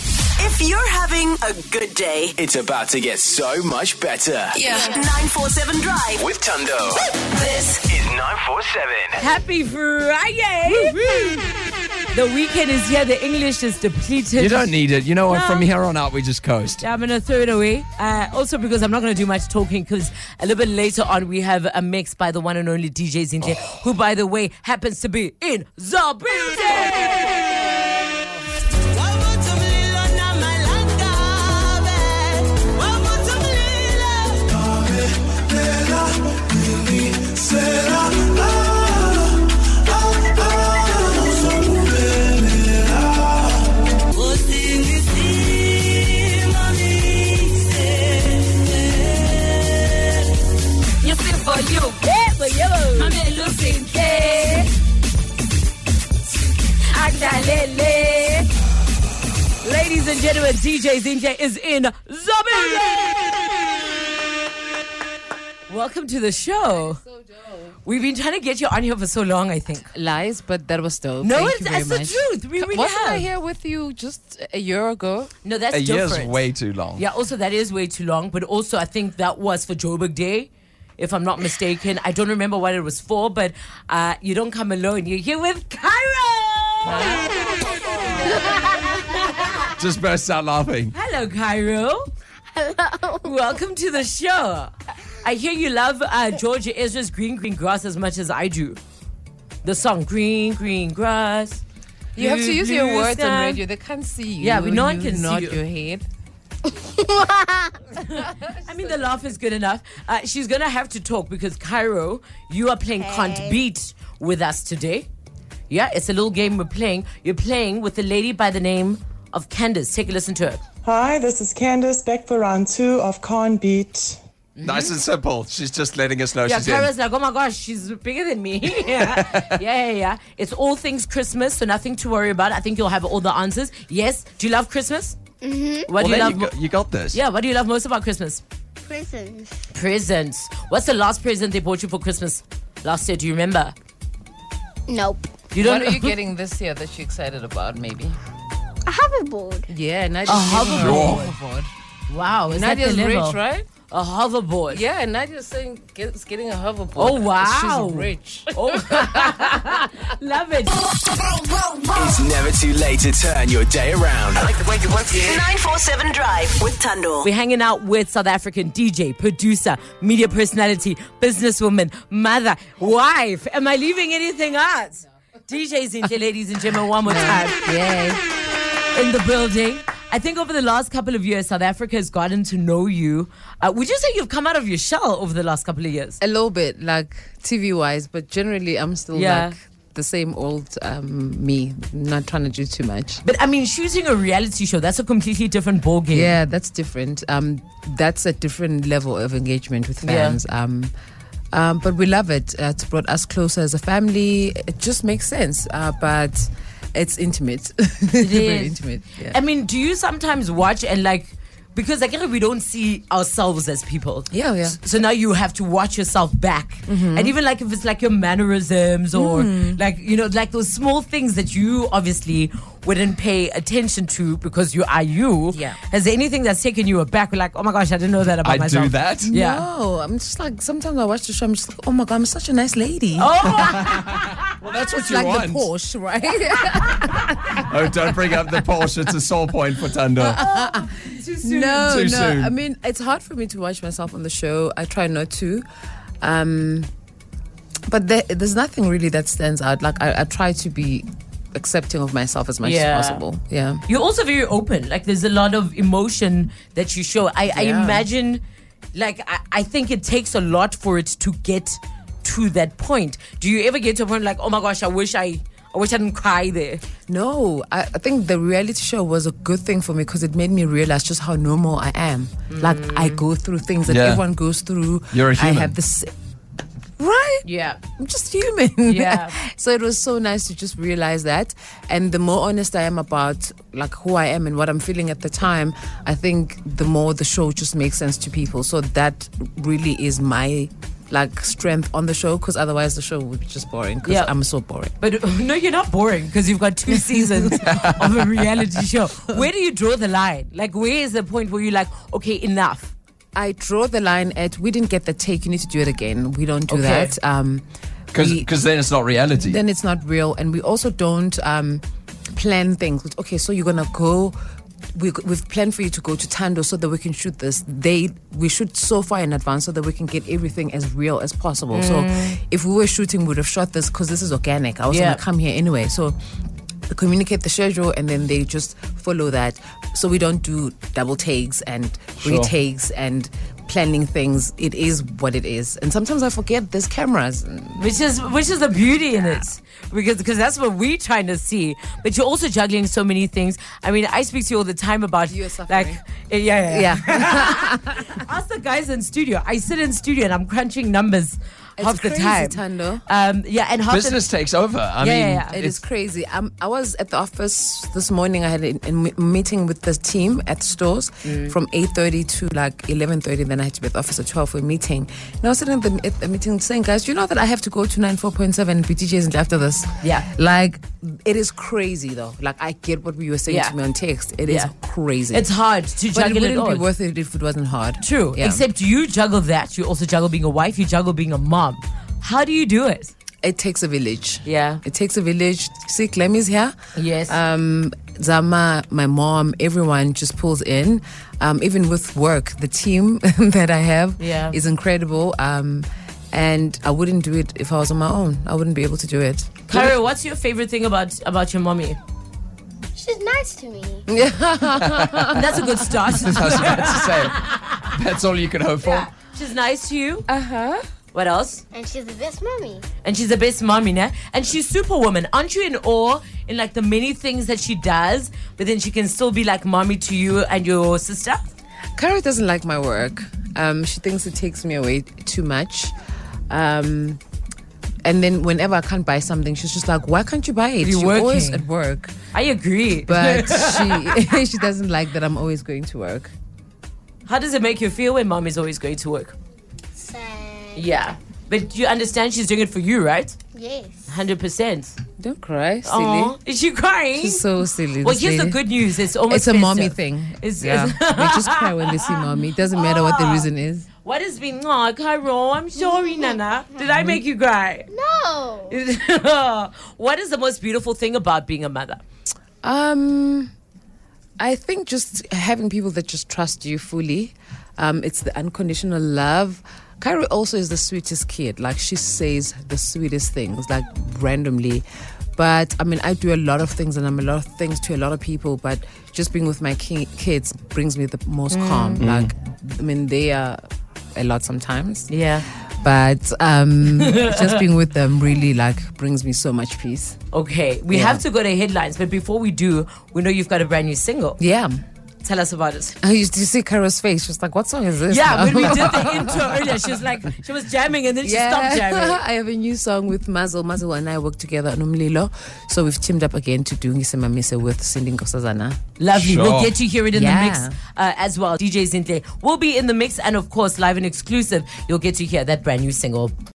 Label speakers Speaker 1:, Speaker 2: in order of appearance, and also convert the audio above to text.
Speaker 1: If you're having a good day,
Speaker 2: It's about to get so much better.
Speaker 3: Yeah.
Speaker 1: 947 Drive.
Speaker 2: With Tundo
Speaker 1: This
Speaker 2: is 947.
Speaker 4: Happy Friday! The weekend is here. The English is depleted.
Speaker 5: You don't need it. You know what?
Speaker 4: No.
Speaker 5: From here on out, we just coast.
Speaker 4: I'm gonna throw it away. Uh, also, because I'm not gonna do much talking, because a little bit later on we have a mix by the one and only DJ Zinhle, who, by the way, happens to be in the building.
Speaker 3: You see for you, I'm a losing day. Agdalele.
Speaker 4: Ladies and gentlemen, DJ Zinhle is in the building. Welcome to the show. We've been trying to get you on here for so long, I think.
Speaker 6: lies, but that was dope.
Speaker 4: No,
Speaker 6: Thank
Speaker 4: it's,
Speaker 6: you very
Speaker 4: that's the
Speaker 6: much.
Speaker 4: truth. We really
Speaker 6: Wasn't
Speaker 4: have.
Speaker 6: I here with you just a year ago?
Speaker 4: No, that's
Speaker 5: A
Speaker 4: different.
Speaker 5: year's way too long.
Speaker 4: Yeah, also that is way too long, but also I think that was for Joburg Day, if I'm not mistaken. I don't remember what it was for, but uh, you don't come alone. You're here with Cairo.
Speaker 5: Just burst out laughing.
Speaker 4: Hello, Cairo. Hello. Welcome to the show. I hear you love uh, Georgia Ezra's Green Green Grass as much as I do. The song Green Green Grass.
Speaker 6: You have to use your
Speaker 4: Blue
Speaker 6: words on
Speaker 4: sky.
Speaker 6: radio. They can't see you.
Speaker 4: Yeah, but no one
Speaker 6: You
Speaker 4: can see
Speaker 6: nod
Speaker 4: you.
Speaker 6: your head.
Speaker 4: I mean, the laugh is good enough. Uh, she's going to have to talk because Cairo, you are playing Can't Beat with us today. Yeah, it's a little game we're playing. You're playing with a lady by the name of Candace. Take a listen to her.
Speaker 7: Hi, this is Candace back for round two of Corn Beat.
Speaker 5: Nice and simple. She's just letting us know
Speaker 4: Yeah,
Speaker 5: she's
Speaker 4: Cairo's
Speaker 5: in.
Speaker 4: like, oh my gosh, she's bigger than me. yeah. yeah, yeah, yeah. It's all things Christmas, so nothing to worry about. I think you'll have all the answers. Yes. Do you love Christmas? Mm-hmm. What
Speaker 5: Well,
Speaker 4: do you
Speaker 5: there
Speaker 4: love?
Speaker 5: you,
Speaker 4: mo-
Speaker 5: go. you got this.
Speaker 4: yeah, what do you love most about Christmas?
Speaker 8: prisons.
Speaker 4: Presents. What's the last present they bought you for Christmas last year? Do you remember?
Speaker 8: Nope.
Speaker 4: You
Speaker 6: What are you
Speaker 4: know-
Speaker 6: getting this year that you're excited about, maybe?
Speaker 8: A hoverboard.
Speaker 6: Yeah, Nadia's
Speaker 4: hoverboard.
Speaker 6: hoverboard.
Speaker 4: Wow, is
Speaker 6: Nadia's
Speaker 4: that the level?
Speaker 6: rich, right?
Speaker 4: A hoverboard.
Speaker 6: Yeah, Nadia's saying get, is getting a hoverboard.
Speaker 4: Oh, wow.
Speaker 6: She's rich.
Speaker 4: Oh. Love it.
Speaker 2: It's never too late to turn your day around.
Speaker 1: 947 Drive with Tundo.
Speaker 4: We're hanging out with South African DJ, producer, media personality, businesswoman, mother, wife. Am I leaving anything out? DJ's in here, ladies and gentlemen, one more time.
Speaker 6: yeah.
Speaker 4: in the building. I think over the last couple of years, South Africa has gotten to know you. Uh, would you say you've come out of your shell over the last couple of years?
Speaker 6: A little bit, like TV wise, but generally, I'm still
Speaker 4: Yeah.
Speaker 6: like the same old um, me, not trying to do too much.
Speaker 4: But I mean, shooting a reality show, that's a completely different ballgame.
Speaker 6: Yeah, that's different. Um, that's a different level of engagement with
Speaker 4: Yeah.
Speaker 6: fans. Um, um, but we love it. Uh, it's brought us closer as a family. It just makes sense. Uh, but it's intimate. It's Very
Speaker 4: is.
Speaker 6: intimate. Yeah.
Speaker 4: I mean, do you sometimes watch and like, because I guess we don't see ourselves as people.
Speaker 6: Yeah, Mm-hmm. yeah.
Speaker 4: S- So now you have to watch yourself back. And even like if it's like your mannerisms or
Speaker 6: Hmm.
Speaker 4: like, you know, like those small things that you obviously wouldn't pay attention to because you are you.
Speaker 6: Yeah.
Speaker 4: Has there anything that's taken you aback? Like, oh my gosh, I didn't know that about
Speaker 5: I
Speaker 4: myself.
Speaker 5: do that.
Speaker 4: Yeah.
Speaker 6: No, I'm just like sometimes I watch the show. I'm just like, oh my god, I'm such a nice lady.
Speaker 4: Oh,
Speaker 5: Well, that's what
Speaker 6: It's
Speaker 5: you
Speaker 6: like
Speaker 5: want.
Speaker 6: the Porsche, right?
Speaker 5: Oh, don't bring up the Porsche. It's a sore point for
Speaker 4: Uh,
Speaker 5: Tundo.
Speaker 6: No,
Speaker 5: Too
Speaker 6: no.
Speaker 5: soon.
Speaker 6: I mean, it's hard for me to watch myself on the show. I try not to. Um, but there, there's nothing really that stands out. Like I, I try to be accepting of myself as much
Speaker 4: Yeah.
Speaker 6: as possible. Yeah.
Speaker 4: you're also very open. Like, there's a lot of emotion that you show. I, I
Speaker 6: Yeah.
Speaker 4: imagine, like, I, I think it takes a lot for it to get to that point. Do you ever get to a point like, oh my gosh, I wish I, I wish I didn't cry there?
Speaker 6: No, I, I think the reality show was a good thing for me because it made me realize just how normal I am. Like I go through things that
Speaker 5: Yeah.
Speaker 6: everyone goes through.
Speaker 5: You're a
Speaker 6: I
Speaker 5: human.
Speaker 6: have this. Right?
Speaker 4: Yeah.
Speaker 6: I'm just human.
Speaker 4: Yeah.
Speaker 6: so it was so nice to just realize that. And the more honest I am about like who I am and what I'm feeling at the time, I think the more the show just makes sense to people. So that really is my like strength on the show because otherwise the show would be just boring because
Speaker 4: Yeah.
Speaker 6: I'm so boring.
Speaker 4: But no, you're not boring because you've got two seasons of a reality show. Where do you draw the line? Like, where is the point where you're like, okay, enough?
Speaker 6: I draw the line at we didn't get the take, you need to do it again. We don't do
Speaker 4: Okay.
Speaker 6: that. Um, we-
Speaker 5: Because then it's not reality.
Speaker 6: then it's not real and we also don't um, plan things okay so you're gonna go we, we've planned for you to go to Tando so that we can shoot this. They we shoot so far in advance so that we can get everything as real as possible. So if we were shooting, we'd have shot this because this is organic. I was
Speaker 4: Yeah.
Speaker 6: gonna come here anyway. So communicate the schedule and then they just follow that. So we don't do double takes and retakes and planning things. It is what it is. And sometimes I forget there's cameras.
Speaker 4: Which is which is the beauty in it, because because that's what we're trying to see. But you're also juggling so many things. I mean, I speak to you all the time about
Speaker 6: You are
Speaker 4: like,
Speaker 6: suffering.
Speaker 4: yeah, yeah, yeah.
Speaker 6: Yeah.
Speaker 4: Ask the guys in studio. I sit in studio and I'm crunching numbers half the
Speaker 6: crazy,
Speaker 4: time.
Speaker 6: Tando.
Speaker 4: Um, yeah, and half the-
Speaker 5: Business takes over. I
Speaker 4: Yeah, yeah,
Speaker 5: mean,
Speaker 4: yeah.
Speaker 6: It
Speaker 5: it's-
Speaker 6: is crazy. Um, I was at the office this morning. I had a, a me- meeting with the team at stores
Speaker 4: Mm.
Speaker 6: from 8.30 to like 11.30. Then I had to be at the office at 12 for a meeting. And I was sitting at the, at the meeting saying, guys, do you know that I have to go to 94.7 and be DJs after this?
Speaker 4: Yeah.
Speaker 6: Like, it is crazy though. Like, I get what you were saying
Speaker 4: Yeah.
Speaker 6: to me on text. It is
Speaker 4: Yeah.
Speaker 6: crazy.
Speaker 4: It's hard to
Speaker 6: but it
Speaker 4: juggle it,
Speaker 6: wouldn't
Speaker 4: all.
Speaker 6: be worth it if it wasn't hard.
Speaker 4: True.
Speaker 6: Yeah.
Speaker 4: Except you juggle that. You also juggle being a wife. You juggle being a mom. How do you do it?
Speaker 6: it takes a village.
Speaker 4: Yeah.
Speaker 6: It takes a village. See, Clem is here.
Speaker 4: Yes.
Speaker 6: Um, Zama, my mom, everyone just pulls in. Um, even with work, the team that I have
Speaker 4: Yeah.
Speaker 6: is incredible. Um, and I wouldn't do it if I was on my own. I wouldn't be able to do it.
Speaker 4: Kyra, what's your favorite thing about about your mommy?
Speaker 8: She's nice to me.
Speaker 4: That's a good start.
Speaker 5: I was about to say, that's all you could hope for.
Speaker 4: she's nice to you. Uh huh.
Speaker 6: Uh-huh.
Speaker 4: What else?
Speaker 8: And she's the best mommy.
Speaker 4: And she's the best mommy, nah? And she's superwoman. Aren't you in awe in like the many things that she does, but then she can still be like mommy to you and your sister?
Speaker 6: Kara doesn't like my work. Um, she thinks it takes me away too much. Um, and then whenever I can't buy something, she's just like, why can't you buy it?
Speaker 4: You're
Speaker 6: always
Speaker 4: working.
Speaker 6: at work.
Speaker 4: I agree.
Speaker 6: But she, she doesn't like that I'm always going to work.
Speaker 4: How does it make you feel when mommy's always going to work?
Speaker 8: Say
Speaker 4: Yeah. But you understand she's doing it for you, right?
Speaker 8: yes.
Speaker 4: 100%.
Speaker 6: Don't cry, silly.
Speaker 4: Aw, Is she crying?
Speaker 6: She's so silly.
Speaker 4: well,
Speaker 6: this
Speaker 4: here's the
Speaker 6: lady.
Speaker 4: good news. It's almost
Speaker 6: It's a mommy
Speaker 4: festive.
Speaker 6: thing.
Speaker 4: It's-
Speaker 6: yeah.
Speaker 4: it's-
Speaker 6: they just cry when they see mommy. It doesn't matter what the reason is.
Speaker 4: What has been? Oh, Cairo, I'm sorry, Nana. Did I make you cry?
Speaker 8: No.
Speaker 4: what is the most beautiful thing about being a mother?
Speaker 6: Um, I think just having people that just trust you fully. Um, it's the unconditional love. Kyrie also is the sweetest kid. Like she says the sweetest things, like randomly. But I mean, I do a lot of things, and I'm a lot of things to a lot of people. But just being with my ki- kids brings me the most calm. Like, I mean, they are a lot sometimes.
Speaker 4: Yeah.
Speaker 6: but um, just being with them really like brings me so much peace.
Speaker 4: Okay, we
Speaker 6: Yeah.
Speaker 4: have to go to headlines, but before we do, we know you've got a brand new single.
Speaker 6: Yeah,
Speaker 4: Tell us about it.
Speaker 6: I used to see Kara's face. She was like, "What song is this?"
Speaker 4: Yeah, when we did the intro earlier, she was like, she was jamming and then she stopped jamming.
Speaker 6: I have a new song with Mazel. Mazel and I work together on Umlilo, so we've teamed up again to do Ngisemamise with Cindy Nkosazana.
Speaker 4: Lovely.
Speaker 5: Sure.
Speaker 4: We'll get you here it in
Speaker 6: Yeah.
Speaker 4: the mix uh, as well. DJ Zintle will be in the mix and, of course, live and exclusive. You'll get to hear that brand new single.